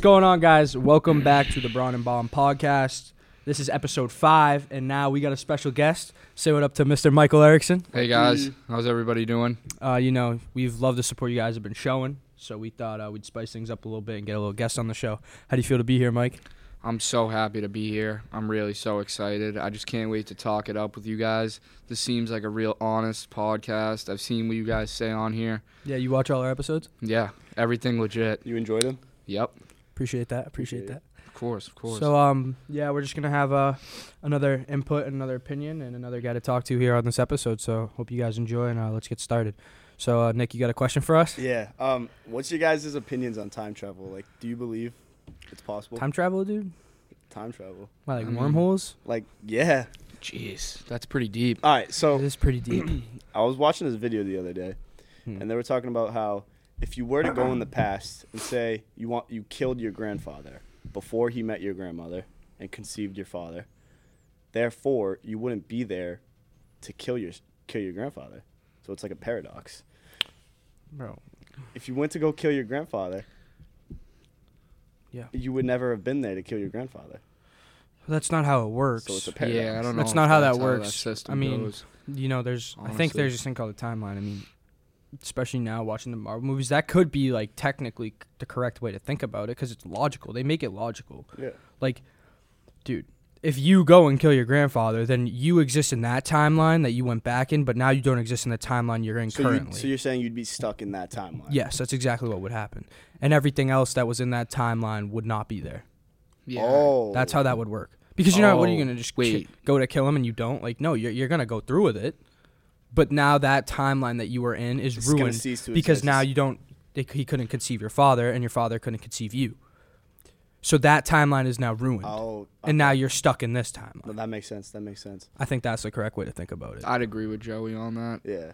going on, guys? Welcome back to the Braun and Bomb podcast. This is episode five, and now we got a special guest. Say what up to Mr. Michael Erickson. Hey guys, Mm. how's everybody doing? Uh, you know, we've loved the support you guys have been showing, so we thought uh, we'd spice things up a little bit and get a little guest on the show. How do you feel to be here, Mike? I'm so happy to be here. I'm really so excited. I just can't wait to talk it up with you guys. This seems like a real honest podcast. I've seen what you guys say on here. Yeah, you watch all our episodes? Yeah, everything legit. You enjoyed them? Yep, Appreciate that. Appreciate Appreciate that. it. of course, of course. So um yeah, we're just gonna have uh, another input, another opinion, and another guy to talk to here on this episode. So hope you guys enjoy, and uh, let's get started. So uh, Nick, you got a question for us? Yeah. Um, what's your guys' opinions on time travel? Like, do you believe it's possible? Time travel, dude? Time travel. Why, like I mean- wormholes? Like, yeah. Jeez, that's pretty deep. All right. This So is pretty deep. I was watching this video the other day, Hmm. and they were talking about how if you were to go in the past and say you want you killed your grandfather before he met your grandmother and conceived your father, therefore you wouldn't be there to kill your kill your grandfather. So it's like a paradox. Bro, if you went to go kill your grandfather, Yeah. you would never have been there to kill your grandfather. that's not how it works. So it's a paradox. Yeah, I don't know. That's if not how that That works. system I mean, goes. you know, there's I think Honestly. there's this thing called a timeline. I mean, especially now watching the Marvel movies, that could be like technically c- the correct way to think about it because it's logical. They make it logical. yeah. Like, dude, if you go and kill your grandfather, then you exist in that timeline that you went back in, but now you don't exist in the timeline you're in So, you, currently. so you're saying you'd be stuck in that timeline? yes, that's exactly what would happen, and everything else that was in that timeline would not be there. yeah. Oh. That's how that would work. Because you're not. What are you Oh, gonna just ki- wait. go to kill him and you don't? Like, no, you're you're gonna go through with it. But now that timeline that you were in is It's gonna ruined cease to because exist. now you don't. They, he couldn't conceive your father, and your father couldn't conceive you. So that timeline is now ruined, Oh. and now okay. you're stuck in this timeline. No, that makes sense. That makes sense. I think that's the correct way to think about it. I'd agree with Joey on that. Yeah.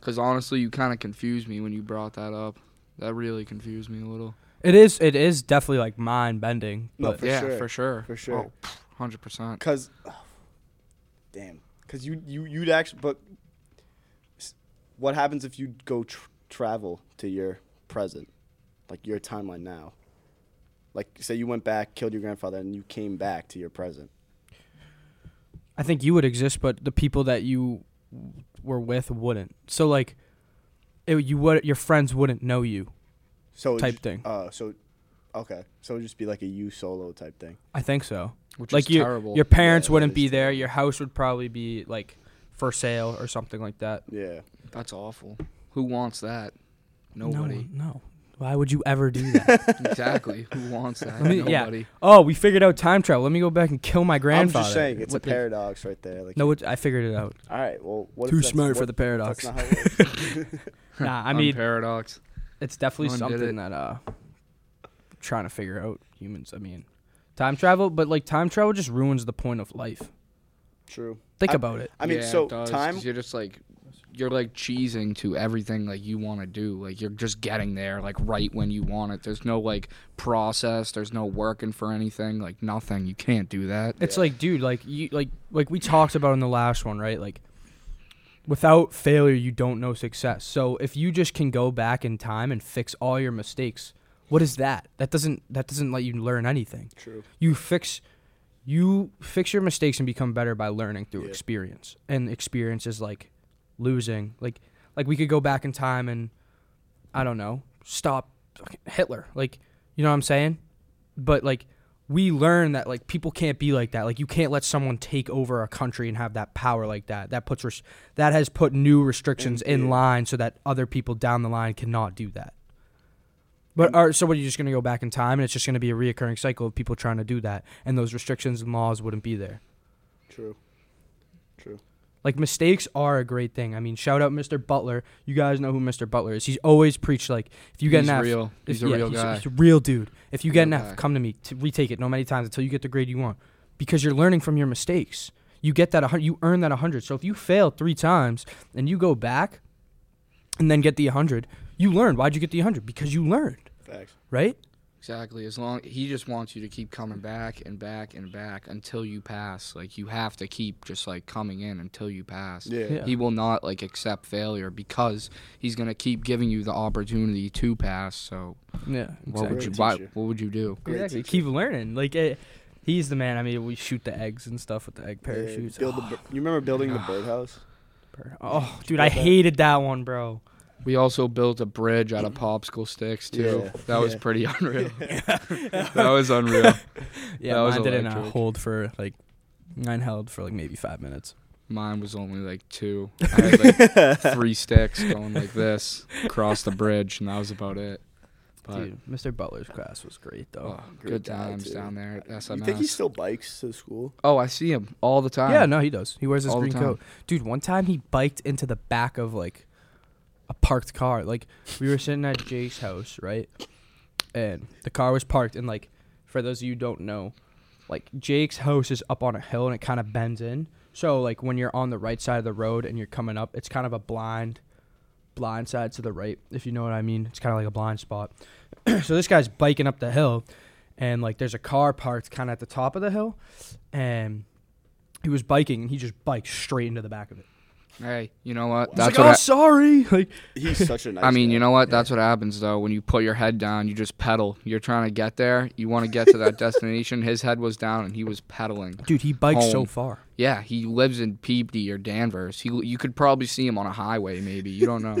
Cause honestly, you kind of confused me when you brought that up. That really confused me a little. It is. It is definitely like mind bending. No, But For yeah, sure. for sure, For sure. Oh, pff, 100%. Cause, oh, damn. Cause you you you'd actually but. s- What happens if you go tr- travel to your present, like your timeline now? Like, say you went back, killed your grandfather, and you came back to your present. I think you would exist, but the people that you were with wouldn't. So like, it, you would your friends wouldn't know you. So it type ju- thing. Uh, so, okay. So it'd just be like a you solo type thing. I think so. Which like is your terrible. your parents Yeah, that wouldn't is be there. terrible. Your house would probably be like for sale or something like that. Yeah. That's awful. Who wants that? Nobody. No, no. Why would you ever do that? exactly. Who wants that? Let me- yeah. Nobody. oh, we figured out time travel. Let me go back and kill my grandfather. I'm just saying it's What a the- paradox right there. Like, No, it, I figured it out. All right. Well, what if Too that's- smart for what- the paradox. That's not how it works. Nah, I On mean paradox. it's definitely Undid something it. that uh trying to figure out humans. I mean, time travel, but like time travel just ruins the point of life. True. Think I- about it. I mean, Yeah, it so does, 'cause time. You're just like, you're like cheesing to everything like you want to do. Like you're just getting there like right when you want it. There's no like process. There's no working for anything. Like nothing. You can't do that. It's like, dude, like you, like, like we talked about in the last one, right? Like, without failure, you don't know success. So if you just can go back in time and fix all your mistakes, what is that? That doesn't that doesn't let you learn anything. True. You fix, you fix your mistakes and become better by learning through Yeah. experience. And experience is like losing. Like, like we could go back in time and, I don't know, stop fucking Hitler. Like, you know what I'm saying? but like we learn that like people can't be like that like you can't let someone take over a country and have that power like that that puts res- that has put new restrictions in Indeed. line so that other people down the line cannot do that but are so what are you just going to go back in time and it's just going to be a reoccurring cycle of people trying to do that and those restrictions and laws wouldn't be there True. True. like mistakes are a great thing i mean shout out mr butler you guys know who mr butler is he's always preached like if you get he's an F, real. He's if- a yeah, real guy. He's a real dude. If you get an Real F, guy. come to me. To retake it no many times until you get the grade you want, because you're learning from your mistakes. You get that. a hun- You earn that 100. So if you fail three times and you go back, and then get the 100, you learn. Why'd you get the 100? Because you learned, Facts. right? Exactly. As long he just wants you to keep coming back and back and back until you pass. Like you have to keep just like coming in until you pass. Yeah. Yeah. He will not like accept failure because he's gonna keep giving you the opportunity to pass. So Yeah, what exactly. would you Great why, teacher. what would you do? Great Exactly. teacher. Keep learning. Like it, he's the man. I mean, we shoot the eggs and stuff with the egg Yeah, parachutes. build the oh, bir- you remember building the birdhouse? per- oh, dude, build I that? hated that one, bro. We also built a bridge out of popsicle sticks too. Yeah. That was Yeah. pretty unreal. that was unreal. Yeah, That was mine didn't uh, electric. hold for like mine held for like maybe five minutes. Mine was only like two. I had like three sticks going like this across the bridge, and that was about it. But Dude, Mr. Butler's class was great though. oh, Great good guy, times too. down there at You SMS. think he still bikes to school? oh, I see him all the time. yeah, no, he does. He wears his all the green time. coat, dude. One time he biked into the back of like a parked car. Like we were sitting at Jake's house, right? And the car was parked, and like for those of you who don't know, like Jake's house is up on a hill and it kind of bends in. So like when you're on the right side of the road and you're coming up, it's kind of a blind, blind side to the right, if you know what I mean. It's kind of like a blind spot. so this guy's biking up the hill, and like there's a car parked kind of at the top of the hill, and he was biking and he just biked straight into the back of it. Hey, you know what? He's like, what oh, I- sorry. Like, He's such a nice. I mean, guy. you know what? That's what happens though. When you put your head down, you just pedal. You're trying to get there. You want to get to that destination. His head was down, and he was pedaling. dude, he bikes so Home. far. Yeah, he lives in Peabody or Danvers. He, you could probably see him on a highway. Maybe you don't know.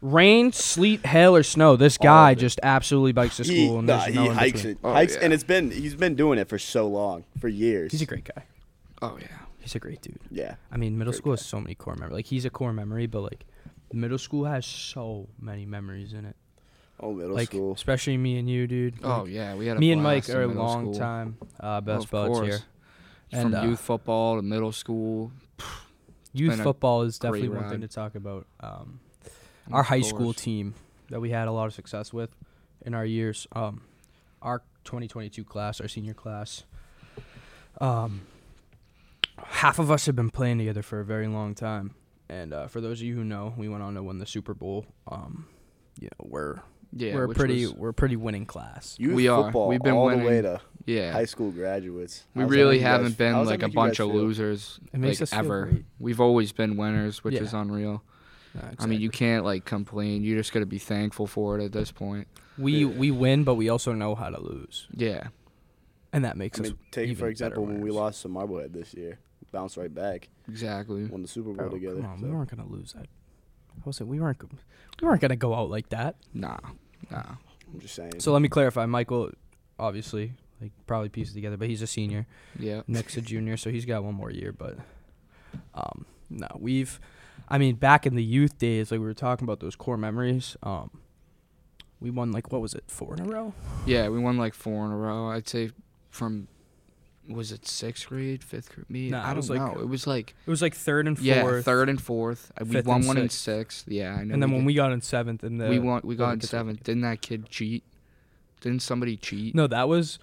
Rain, sleet, hail, or snow, this guy just absolutely bikes to school. He, and nah, there's he no in hikes between. it, Oh, hikes, yeah. and it's been he's been doing it for so long, for years. He's a great guy. oh yeah. He's a great dude. yeah. I mean, middle Great school has so many core memories. Like, he's a core memory, but like, middle school has so many memories in it. Oh, middle like, school. especially me and you, dude. Oh Like, yeah, we had a me and Mike blast in are middle long school. Oh, time uh, best Of buds course. here. From And, uh, youth football to middle school. Youth been a football is great definitely one thing to ride. talk about. Um, our high school team. team that we had a lot of success with in our years. Um, our 2022 class, our senior class, um, half of us have been playing together for a very long time. And uh, for those of you who know, we went on to win the Super Bowl. Um, you know, we're Yeah, we're a which pretty was- we're a pretty winning class. Youth we are. football We've been all winning. the way to yeah. high school graduates. We How's that really make you guys- haven't how's been that like a make you guys bunch of feel? losers It makes like, us feel ever. great. We've always been winners, which Yeah. is unreal. Uh, I mean, exactly. you can't like complain. You just got to be thankful for it at this point. we we win, but we also know how to lose, Yeah. and that makes I mean, us take even for better example when we winners. lost to Marblehead this year, bounced right back, Exactly. won the Super Bowl Bro, together. Oh, Come on, so. we weren't gonna lose that. I was like, we weren't go- we weren't gonna go out like that. Nah. Nah. I'm just saying. So um, let me clarify. Michael, obviously, like probably pieces together, but he's a senior. Yeah. Nick's a junior, so he's got one more year. But um, no, we've, I mean, back in the youth days, like we were talking about those core memories. Um, we won like what was it, four in a row? Yeah, we won like four in a row. I'd say from was it 6th grade, 5th grade? Me, Nah, I it don't was, like, know. It was like It was like third and fourth. yeah, 3rd and 4th. Uh, We fifth won and one in sixth. 6th. Yeah, I know. And then when did. we got in seventh, and the we won we got in gets- 7th. Didn't that kid cheat? Didn't somebody cheat? no, that was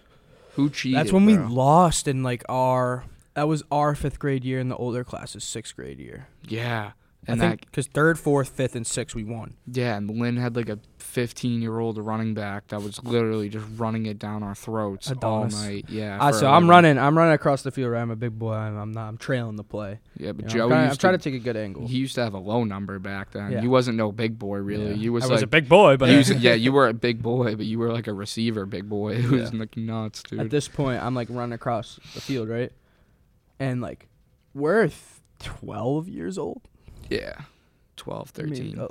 Who cheated? That's when we bro? lost in like our that was our fifth grade year, and the older class's sixth grade year. Yeah. And And I that think because third, fourth, fifth, and sixth we won. yeah, and Lynn had like a 15-year-old running back that was literally just running it down our throats Adonis. all night. Yeah. Uh, for so a I'm living. running, I'm running across the field. Right, I'm a big boy. I'm, I'm not. I'm trailing the play. Yeah, but You know, Joey I'm, trying, I'm used trying to, to take a good angle. he used to have a low number back then. Yeah. You wasn't no big boy really. Yeah. You was I like was a big boy, but you I- was- yeah, you were a big boy, but you were like a receiver big boy. It was Yeah. like nuts, dude. at this point, I'm like running across the field, right? And like, we're th- 12 years old. yeah. 12, I mean, 13. uh,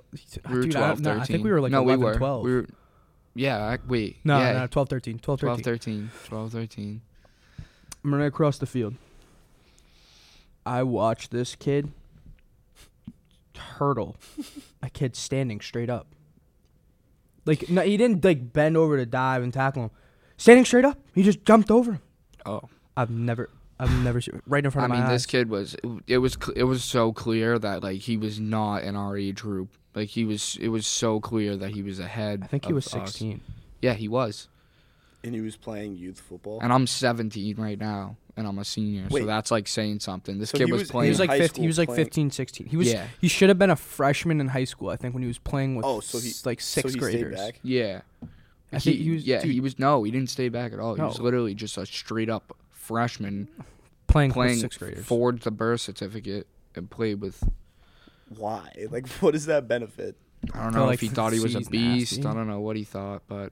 we were dude, 12, I, 13. no, I think we were like no, 11, we were. 12. We were, yeah, I, wait. no, yeah, no, 12, 13, 12, 13. 12, 13. 12, 13. I'm running across the field. I watch this kid hurdle a kid standing straight up. Like no, he didn't like bend over to dive and tackle him. Standing straight up, he just jumped over him. Oh. I've never, I've never seen right in I front of mean, my this eyes. kid was it- it was cl- it was so clear that like he was not in our age group. Like he was it was so clear that he was ahead. I think he of was us. 16. Yeah, he was. and he was playing youth football. And I'm 17 right now and I'm a senior. Wait. So that's like saying something. This So kid he was, was- he playing He was like high 15. He was school like playing- 15, 16. He was. Yeah. He should have been a freshman in high school. I think when he was playing with. Oh, so he- s- like so sixth he stayed graders. back? Yeah. I think he was yeah, dude, he was no, he didn't stay back at all. He was No. literally just a straight up freshman playing, playing with sixth graders. forged the birth certificate and played with Why? Like, what does that benefit? I don't They're know like, if he thought he was a "He's beast. nasty." I don't know what he thought, but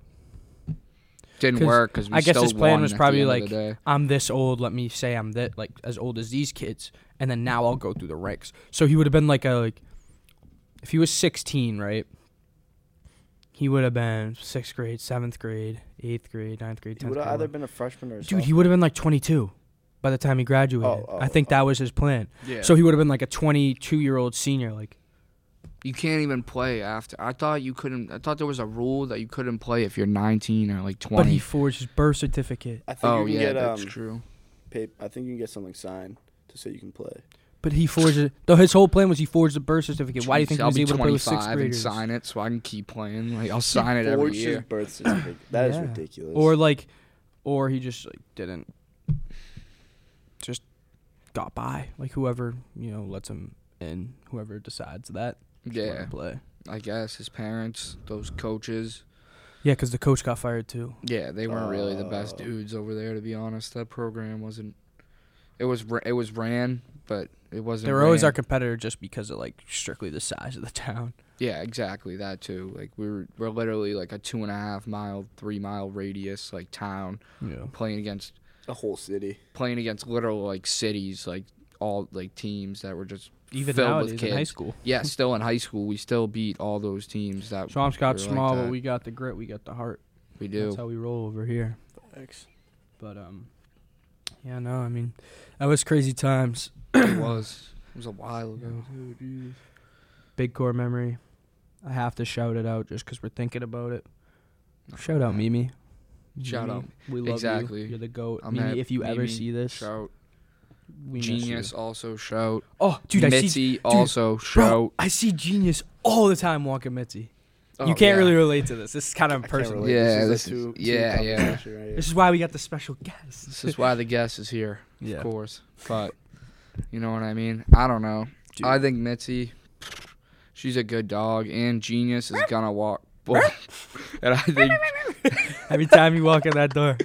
didn't 'Cause work because I guess still his plan won was at the probably end of like, the day. I'm this old. Let me say I'm that like as old as these kids, and then now I'll go through the ranks. So he would have been like a like, if he was 16, right? He would have been sixth grade, seventh grade, eighth grade, ninth grade, He tenth would grade. have either eleventh. been a freshman or a Dude, he sophomore. would have been like 22 by the time he graduated. Oh, oh, I think that was his plan. yeah. So he would have been like a 22 year old senior. Like you can't even play after. I thought you couldn't. I thought there was a rule that you couldn't play if you're 19 or like 20. But he forged his birth certificate. I think oh you can yeah, get that's um, true. pap- I think you can get something signed to say you can play. But he forged it. Though his whole plan was he forged the birth certificate. Why do you think he I'll was be able to play with 25 sixth graders? and sign it so I can keep playing? Like I'll sign it every Forged his year. birth certificate. That is Yeah. ridiculous. Or like, or he just like didn't, just got by. Like whoever you know lets him in, whoever decides that. just let Yeah, him play. I guess his parents, those coaches. Yeah, because the coach got fired too. Yeah, they weren't really the best Uh, Oh. dudes over there to be honest. That program wasn't. It was ra- it was ran, but it wasn't. They were always ran. our competitor just because of like strictly the size of the town. Yeah, exactly that too. Like we were we're literally like a two and a half mile, three mile radius like town Yeah. playing against a whole city. playing against literal like cities like all like teams that were just Even filled with nowadays kids. in high school, Yeah, still in high school, we still beat all those teams that Trump's got We're like small, that. but we got the grit, we got the heart. we That's do. how we roll over here. Thanks. But um, yeah, no, I mean, that was crazy times. it was it was a while ago. Big core memory. I have to shout it out just because we're thinking about it. Shout out Mimi. Shout Mimi, out. We love Exactly. you. You're the goat. I'm Mimi, happy- if you ever Mimi, see this, Shout we miss you. genius also shout. Oh, dude, I Mitzi see also bro, shout. I see genius all the time walking Mitzi. Oh, you can't yeah. really relate to this. This is kind of personal. relate. Yeah, this is- yeah, yeah. This is why we got the special guest. This is why the guest is here, of Yeah. course. But you know what I mean. I don't know. Dude. I think Mitzi, she's a good dog, and Genius is gonna walk. and I think Every time you walk in that door.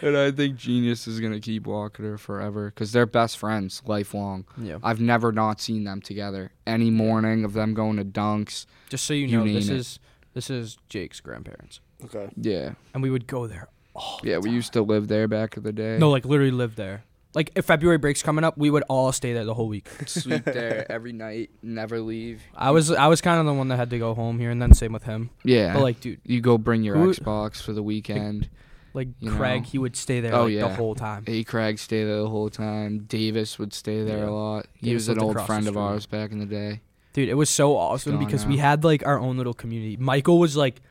and I think Genius is gonna keep walking her forever because they're best friends lifelong. Yeah. I've never not seen them together. Any morning of them going to dunks. Just so you You know, name this it. is this is Jake's grandparents, Okay. Yeah, and we would go there. All the yeah. We time. used to live there back in the day. no, like literally live there. Like if February break's coming up, we would all stay there the whole week. sleep there every night, never leave. I was I was kind of the one that had to go home here, and then same with him. Yeah, But like, dude, you go bring your Who- Xbox for the weekend. like You Craig, know. he would stay there Oh, like, the yeah. whole time. A Craig stay there the whole time. Davis would stay there Yeah. a lot. He Davis was an lived old across the friend of street. ours back in the day. Dude, it was so awesome gone because we now. had like our own little community. Michael was like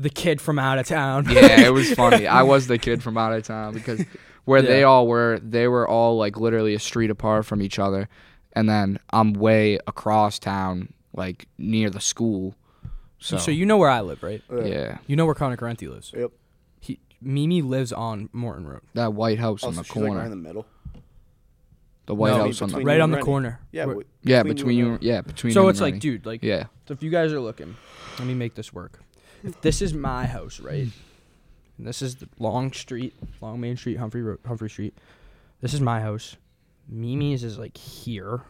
the kid from out of town. Yeah, it was funny. I was the kid from out of town because where they Yeah. all were, they were all like literally a street apart from each other. And then I'm way across town, like near the school. So, so. you know where I live, right? yeah, You know where Connor Carenti lives. Yep. He Mimi lives on Morton Road, that white house Oh, on so the she's like corner. right in the middle. the white No, house on the between right you on and the Rennie. corner. Yeah. Where- wi- yeah between and you. Rennie. Yeah, between. so you it's and like, Rennie. dude, like, Yeah, so if you guys are looking, let me make this work. If this is my house, right? And this is the Long Street, Long Main Street, Humphrey Road, Humphrey Street. This is my house. Mimi's is like here.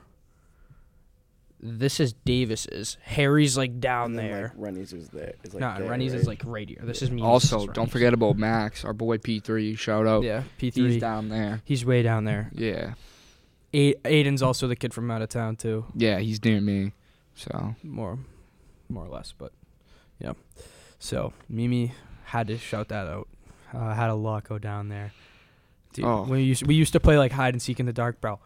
This is Davis's. Harry's like down And then, there. Like, Rennie's is there. It's like No, there, Rennie's right? is like right here. This is me. Also, don't forget about Max, our boy P3. Shout out. Yeah, P He's three. down there. He's way down there. Yeah. A- Aiden's also the kid from out of town too, Yeah, he's near me. So, more, more or less. But yeah, so Mimi had to shout that out. Uh, had a lot go down there. Dude, Oh. we used we used to play like hide and seek in the dark, bro.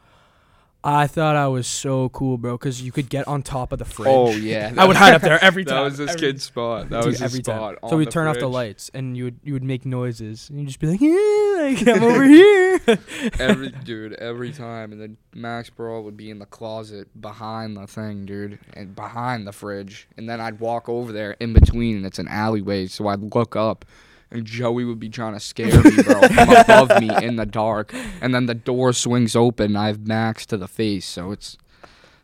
I thought I was so cool, bro, because you could get on top of the fridge. oh yeah. I would hide up there every time. That was this every- kid's spot. That Dude, was his every spot. time. on So we'd turn off the fridge. lights, and you would you would make noises, and you'd just be like, "Yeah, like, I'm over here." every dude, every time, and then Max Brawl would be in the closet behind the thing, dude, and behind the fridge, and then I'd walk over there in between, and it's an alleyway, so I'd look up. And Joey would be trying to scare me, bro, from above me in the dark. And then the door swings open. and I have Max to the face, so it's,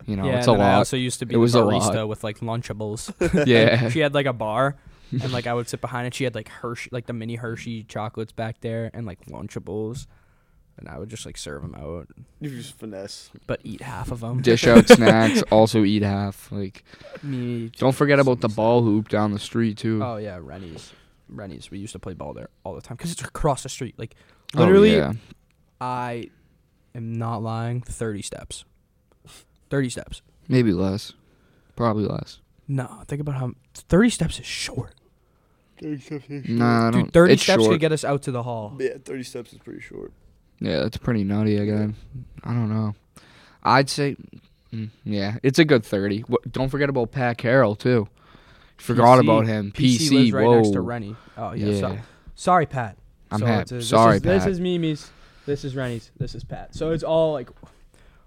you know, yeah, it's and a then I lot. also used to be It was the a barista lot. with like Lunchables. yeah, she had like a bar, and like I would sit behind and she had like Hershey, like the mini Hershey chocolates back there, and like Lunchables, and I would just like serve them out, You just finesse. but eat half of them. Dish out snacks, also eat half. Like, Me. don't forget about the ball hoop down the street too. Oh yeah, Rennie's. Rennie's. We used to play ball there all the time because it's across the street. Like Oh, literally, yeah. I am not lying. Thirty steps. Thirty steps. maybe less, probably less. No, think about how thirty steps is short. Nah, I don't. Dude, thirty it's steps short. could get us out to the hall. Yeah, 30 steps is pretty short. Yeah, that's pretty nutty again. I don't know. I'd say, mm, yeah, it's a good thirty. What, don't forget about Pat Carroll too. Forgot PC. about him. PC, PC lives right whoa. next to Rennie. Oh yeah. so- Yeah. sorry, Pat. I'm so happy. it's a- this Sorry, is, This Pat. is Mimi's. This is Rennie's. This is Pat. So it's all like.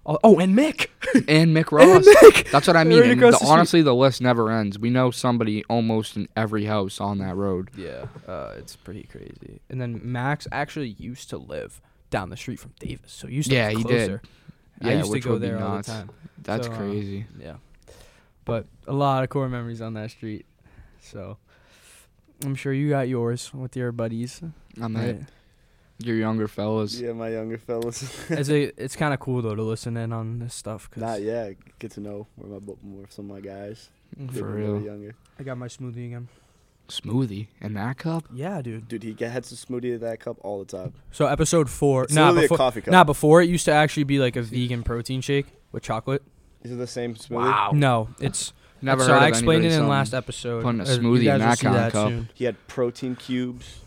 all- oh, and Mick. and Mick Ross. That's what I mean. Right And across the the- street. honestly, the list never ends. We know somebody almost in every house on that road. Yeah, uh, it's pretty crazy. And then Max actually used to live down the street from Davis, so he used to Yeah, live he did. closer. I Yeah, used which to go would be there all the nuts. time. That's So, uh, crazy. Yeah, but a lot of core memories on that street. So I'm sure you got yours with your buddies. I'm at your younger fellas. Yeah, my younger fellas. As a, it's kind of cool though to listen in on this stuff. Cause Not yet. Get to know where my bu- where some of my guys. Mm, They're For a little real. Younger. I got my smoothie again. Smoothie in that cup. Yeah, dude. Dude, he g- had some smoothie in that cup all the time. So episode four. It's Nah, literally before, a coffee cup. nah, before it used to actually be like a vegan protein shake with chocolate. Is it the same smoothie? No, it's Never so heard I of explained it anybody in last selling- episode. putting a Uh, you smoothie in guys will that see kind of that cup. soon. He had protein cubes.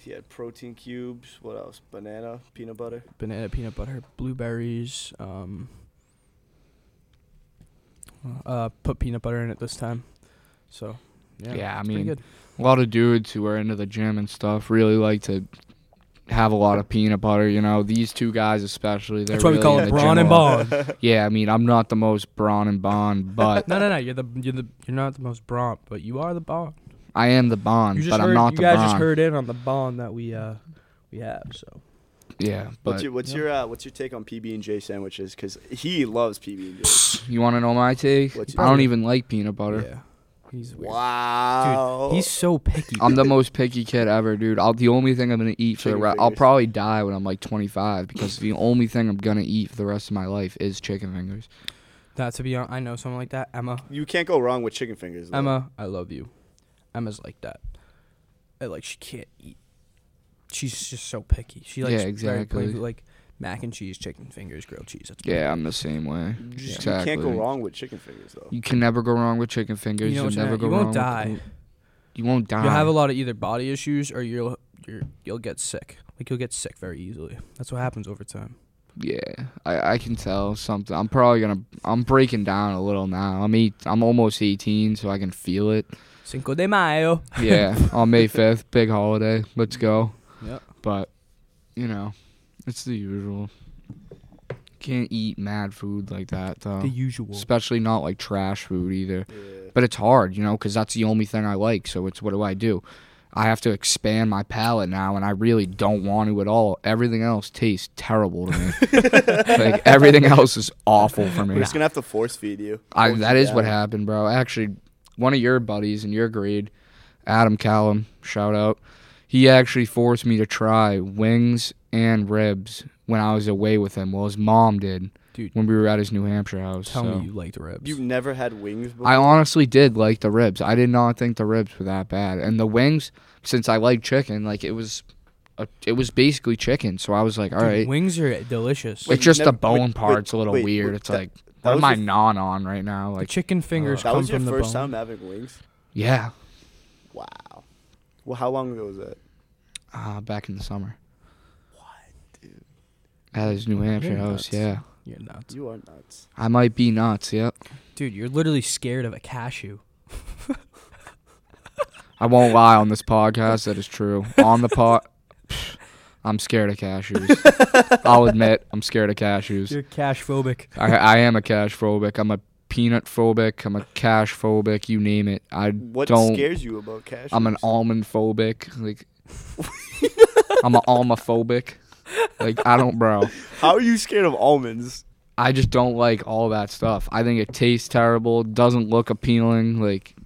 He had protein cubes. What else? Banana, peanut butter. Banana peanut butter, blueberries. Um, uh, put peanut butter in it this time. So yeah, Yeah, I it's pretty mean, good. A lot of dudes who are into the gym and stuff really like to have a lot of peanut butter. You know, these two guys especially. They're that's why we really call it into brawn gym and a lot. bond. Yeah, I mean, I'm not the most brawn and bond, but no, no, no. You're the you're the you're not the most brawn, but you are the bond. I am the bond, You just but heard, I'm not you the guys brawn. just heard in on the bond that we uh we have. So Yeah, What's but your what's yeah. your uh, what's your take on PB and J sandwiches? Because he loves PB and J. you want to know my take? What's I your- don't even like peanut butter. yeah, he's weird. Wow. Dude, he's so picky. I'm the most picky kid ever, dude. I'll, the only thing I'm gonna eat for the Chicken rest, I'll fingers. probably die when I'm like 25 because the only thing I'm gonna eat for the rest of my life is chicken fingers. Not to be honest, I know someone like that. Emma, you can't go wrong with chicken fingers. though. Emma, I love you. Emma's like that. I, like she can't eat. She's just so picky. She likes Yeah, very plain exactly. food, like mac and cheese, chicken fingers, grilled cheese. That's Yeah, I'm the same way. You just- Exactly. You can't go wrong with chicken fingers though. You can never go wrong with chicken fingers. You know will what's gonna- never go you wrong. won't die. With, you won't die. You'll have a lot of either body issues or you'll you're, you'll get sick. Like you'll get sick very easily. That's what happens over time. yeah, I, I can tell something. I'm probably gonna. I'm breaking down a little now. I'm eight. I'm almost 18, so I can feel it. Cinco de Mayo. Yeah, on May 5th, big holiday. Let's go. Yep. But you know, it's the usual. Can't eat mad food like that though. The usual. Especially not like trash food either. Yeah. But it's hard, you know, because that's the only thing I like. So it's what do I do? I have to expand my palate now, and I really don't want to at all. Everything else tastes terrible to me. like everything else is awful for We're me. just gonna have to force feed you. I, Force that you is what down. happened, bro. Actually, one of your buddies in your grade, Adam Callum, shout out. He actually forced me to try wings and ribs when I was away with him. Well, his mom did Dude. when we were at his New Hampshire house. Tell so. me you liked ribs. You've never had wings before. I honestly did like the ribs. I did not think the ribs were that bad, and the wings, since I like chicken, like it was, a, it was basically chicken. So I was like, all Dude, right, Wings are delicious. Wait, it's just the never- bone wait, part's a little wait, weird. wait, it's that- like, that what was am I your- non on right now? the Like, chicken fingers uh, that come was your from the first bone. time having wings. yeah, Wow. Well, how long ago was that? uh, back in the summer. What, dude? At his New Hampshire You're nuts. house, yeah. You're nuts. You are nuts. I might be nuts. Yep. Dude, you're literally scared of a cashew. I won't lie on this podcast. That is true. On the pod, I'm scared of cashews. I'll admit, I'm scared of cashews. You're cash phobic. I, I am a cash phobic. I'm a peanut phobic. I'm a cash phobic. You name it. I What don't. scares you about cashews? I'm an almond phobic. Like I'm an almond phobic. Like I don't, bro. How are you scared of almonds? I just don't like all that stuff. I think it tastes terrible. Doesn't look appealing. Like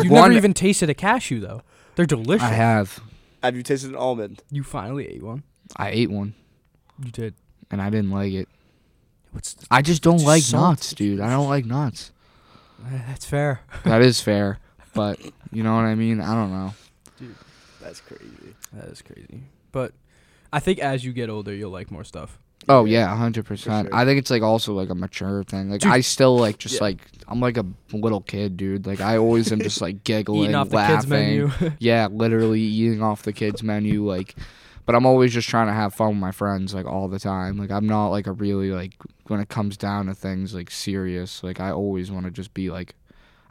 You've One- never even tasted a cashew though. They're delicious. I have. Have you tasted an almond? You finally ate one. I ate one You did. and I didn't like it. What's I just don't Just like salt. nuts, dude. I don't like nuts. that's fair. that is fair, but you know what I mean. I don't know. That's crazy. That is crazy. But I think as you get older, you'll like more stuff. Oh yeah, hundred percent. sure. I think it's like also like a mature thing. Like Dude. I still like just Yeah. like I'm like a little kid, dude. Like I always am just like giggling, Eating off the laughing. kids menu. Yeah, literally eating off the kids menu. Like, but I'm always just trying to have fun with my friends like all the time. Like I'm not like a really like when it comes down to things like serious. Like I always want to just be like,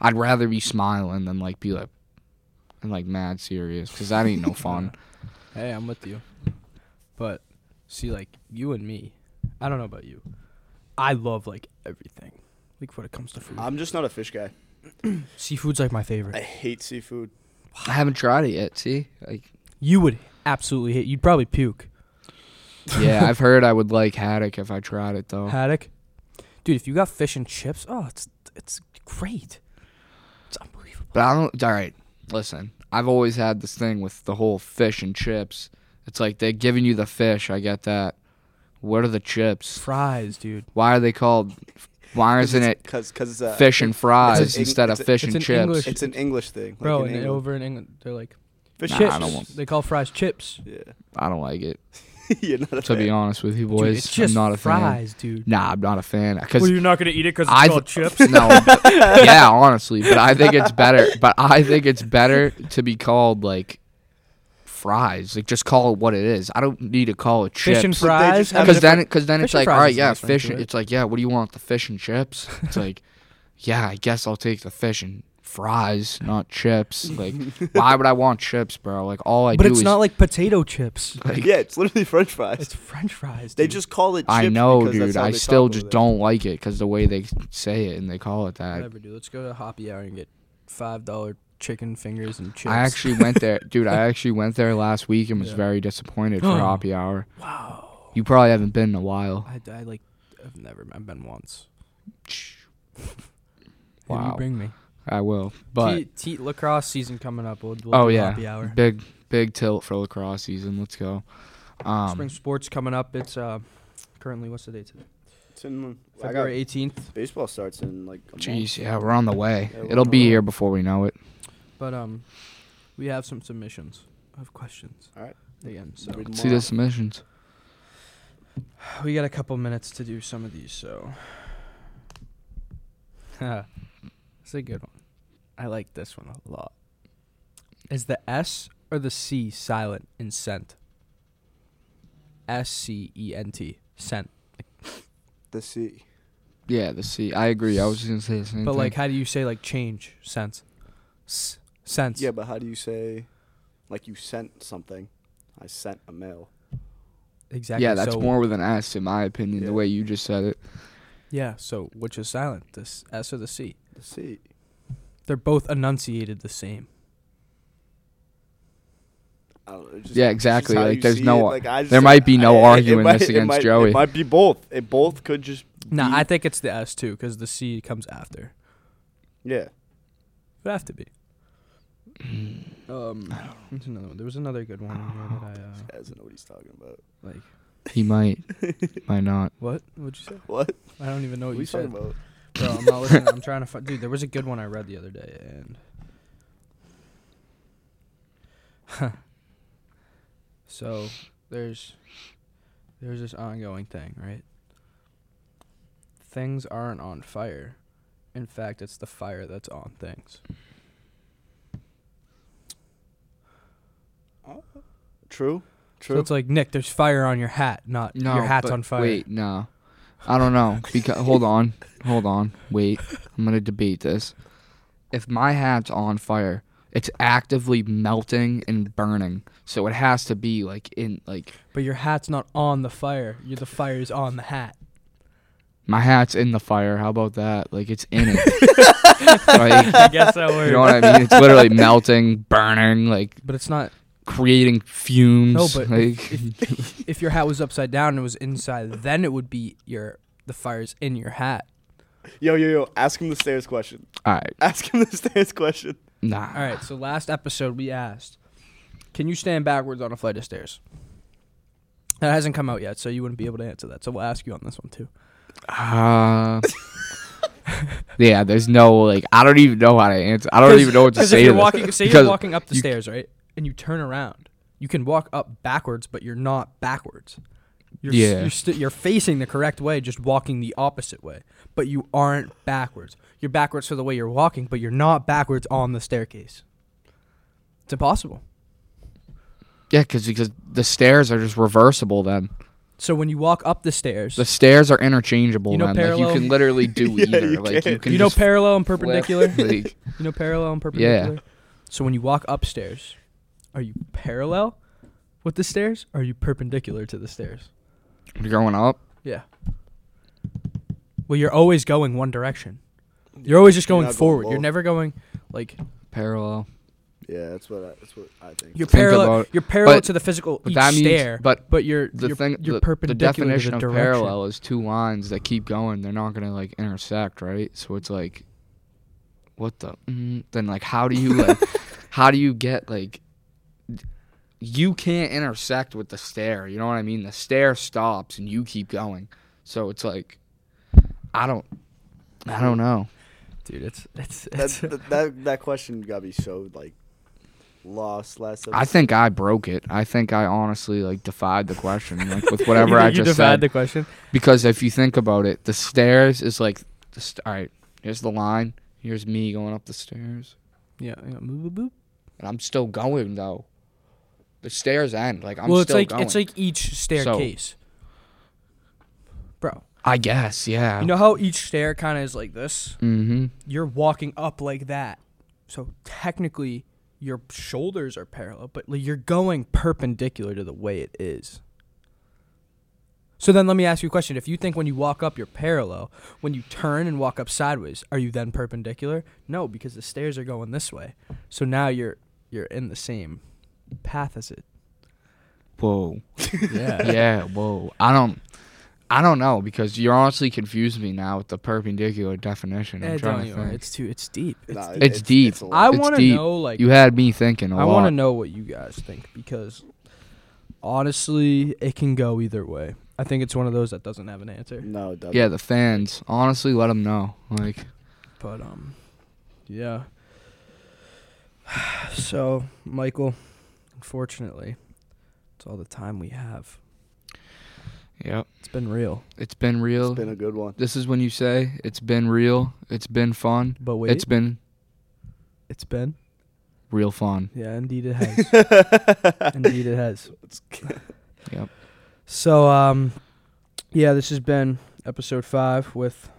I'd rather be smiling than like be like, and like mad serious because that ain't no fun. hey, I'm with you. But see, like you and me, I don't know about you. I love like everything. Like when it comes to food, I'm just not a fish guy. Uh, seafood's like my I favorite. hate seafood. I haven't tried it yet. See, like, You would absolutely hate. You'd probably puke. yeah, I've heard I would like haddock if I tried it though. Haddock, dude. If you got fish and chips, oh, it's it's great. It's unbelievable. But I don't. All right, listen. I've always had this thing with the whole fish and chips. It's like they're giving you the fish. I get that. What are the chips? Fries, dude. Why are they called? Why isn't it Because it's a fish and fries it's an- instead it's of a- fish it's and an chips? English- It's an English thing, Bro, Like in and England. over in England, they're like fish Nah, I chips. don't want- They call fries chips. Yeah, I don't like it. you're not a To be fan. honest with you, Dude, boys, it's just I'm not a fan. fries, dude. Nah, I'm not a fan. Cause you're not gonna eat it because I No, but- yeah, honestly, but I think it's better. But I think it's better to be called like fries. Like just call it what it is. I don't need to call it Fish and chips. fries. have Because Cause then, because then it's fish and like, fries all right, is yeah, nice, right? fish. Right. It's like, yeah, what do you want? The fish and chips. It's like, yeah, I guess I'll take the fish and fries, not chips. Like, why would I want chips, bro? Like, all I but do it's is not like potato chips. like- yeah, it's literally French fries. It's French fries. they dude. just call it. Chips I know, because that's dude. how I they still talk just over there. don't like it because the way they say it and they call it that. whatever, dude. Let's go to Hoppy Hour and get five dollar chicken fingers and chips. I actually went there, dude. I actually went there last week and was Yeah. very disappointed for happy hour. wow. You probably haven't been in a while. I, I like. I've never. I've been once. Maybe Wow, You bring me. I will. But T, T- lacrosse season coming up. We'll, we'll oh do yeah, Hoppy Hour. big big tilt for lacrosse season. Let's go. Spring Um, sports coming up. It's uh, currently what's the date today? It's in, I got, February eighteenth. baseball starts in like. A month. jeez, yeah, we're on the way. Yeah, we're It'll on be the way. here before we know it. But um, we have some submissions of questions. All right. Again, so Read 'em Let's see all the out. submissions. we got a couple minutes to do some of these. So, it's a good one. I like this one a lot. Is the S or the C silent in scent? S C E N T scent. The sea. Yeah, the C. I agree. I was just gonna say the same But thing. like, how do you say like change sense? S- sense. Yeah, but how do you say, like you sent something? I sent a mail. Exactly. yeah, that's so, more with an S in my opinion. Yeah. The way you just said it. Yeah. So which is silent? The s- S or the C? The sea. They're both enunciated the same. I don't know, it's just- Yeah, it's just exactly, how like, you there's see no it, ar- like, I just there said- might be no I- it- it arguing might- this it against might- Joey. It might be both. It both could just. No, be- I think it's the S too, because the C comes after. Yeah. It would have to be. Um, what's another one? There was another good one in here that I This uh, guy doesn't know what he's talking about. like. He might, might not. What? What'd Oh, you say? What? I don't even know What what are you you talking said. about? Bro, I'm not listening. I'm trying to find. Dude, there was a good one I read the other day, and. so there's there's this ongoing thing, right? Things aren't on fire. In fact, it's the fire that's on things. True. So True. it's like Nick, there's fire on your hat, not No, your hat's but on fire. Wait, no, I don't know. Because hold on, hold on, wait. I'm gonna debate this. If my hat's on fire, it's actively melting and burning, so it has to be like in like But your hat's not on the fire. Your the fire is on the hat. my hat's in the fire. How about that? Like it's in it. like, I guess that you know what I mean? It's literally melting, burning, like But it's not. creating fumes. No, but like if, if your hat was upside down and it was inside, then it would be your the fire's in your hat. Yo, yo, yo. Ask him the stairs question. all right. Ask him the stairs question. Nah. All right, so last episode we asked, can you stand backwards on a flight of stairs? That hasn't come out yet, so you wouldn't be able to answer that. So we'll ask you on this one too. Uh, yeah, there's no like I don't even know how to answer. I don't even know what to Because say. if you're to this. walking, say you're Because walking up the you- stairs, right, and you turn around, you can walk up backwards, but you're not backwards. You're, s- Yeah. you're, st- you're facing the correct way, just walking the opposite way, but you aren't backwards. You're backwards for the way you're walking, but you're not backwards on the staircase. It's impossible. Yeah, because because the stairs are just reversible. Then So when you walk up the stairs, the stairs are interchangeable. You know then like parallel- you can literally do Yeah, either. you like you can. can you know just parallel and flip, perpendicular. like, You know parallel and perpendicular? So when you walk upstairs, are you parallel with the stairs? Or are you perpendicular to the stairs? you're going up. Yeah. Well, you're always going one direction. You're always just You're going not going forward. low. you're never going like Parallel. Yeah, that's what I, that's what I think. you're Think parallel. about- You're parallel but- to the physical but each that means- stair, but but you're The you're, thing, you're the, the perpendicular definition to the of direction. parallel is two lines that keep going. They're not gonna like intersect, right? So it's like, what the? Mm, then like, how do you like, how do you get like, you can't intersect with the stair. You know what I mean? The stair stops and you keep going. So it's like, I don't, I don't know. dude. It's it's, that, it's that, that that question got me so like lost last episode. I think I broke it. I think I honestly like defied the question, like with whatever you, I you just defied said. the question. Because if you think about it, the stairs is like, the st- all right, here's the line. Here's me going up the stairs. Yeah, yeah. Boop, boop, boop. And I'm still going, though. The stairs end. Like, I'm well, it's still like going. it's like each staircase, bro. I guess, yeah. You know how each stair kind of is like this? mm-hmm. You're walking up like that. So technically, your shoulders are parallel, but like, you're going perpendicular to the way it is. So then let me ask you a question. If you think when you walk up, you're parallel, when you turn and walk up sideways, are you then perpendicular? No, because the stairs are going this way. So now you're you're in the same path as it. Whoa. Yeah. yeah, whoa. I don't. I don't know because you're honestly confused me now with the perpendicular definition. I'm Eh, trying don't to even worry. think. It's too it's deep. It's Nah, deep. It's deep. a lot. I it's want to deep. know like You had me thinking a I lot. want to know what you guys think because honestly, it can go either way. I think it's one of those that doesn't have an answer. no, it doesn't. Yeah, the fans. Honestly, let them know. Like, But um yeah. So, Michael, unfortunately, it's all the time we have. yep. It's been real. It's been real. it's been a good one. this is when you say it's been real. It's been fun. But wait, It's been it's been. real fun. Yeah, indeed it has. indeed it has. Yep. So um yeah, this has been episode 5 with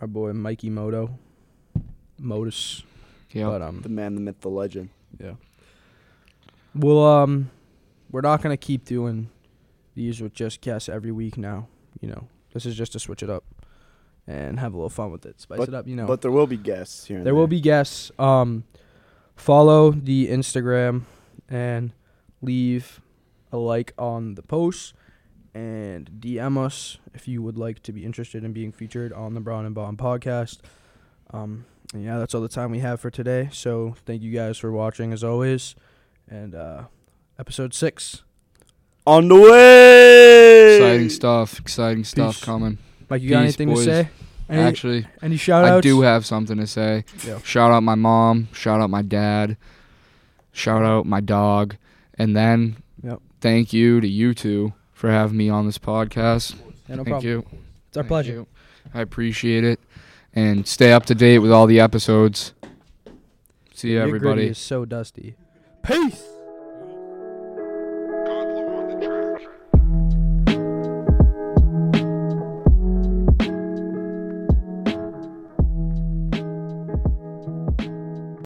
our boy Mikey Moto. Modus. Yep. But um, The man, the myth, the legend. we'll um, we're not gonna keep doing these with just guests every week now. You know, this is just to switch it up and have a little fun with it, spice it up. You know, But there will be guests here. and there will be guests. Um, follow the Instagram and leave a like on the post and DM us if you would like to be interested in being featured on the Brown and Bond podcast. Um, and yeah, that's all the time we have for today. So thank you guys for watching as always. And uh, episode six, on the way. exciting stuff. Exciting stuff Peace. coming. Mike, you got Peace, anything to boys. say? Any, Actually, any shout outs? I do have something to say. Yeah. Shout out my mom. Shout out my dad. Shout out my dog. And then Yep. thank you to you two for having me on this podcast. Yeah, no thank problem. you. It's our Thank pleasure. you. I appreciate it. And stay up to date with all the episodes. See you, Your gritty everybody. is so dusty. Peace.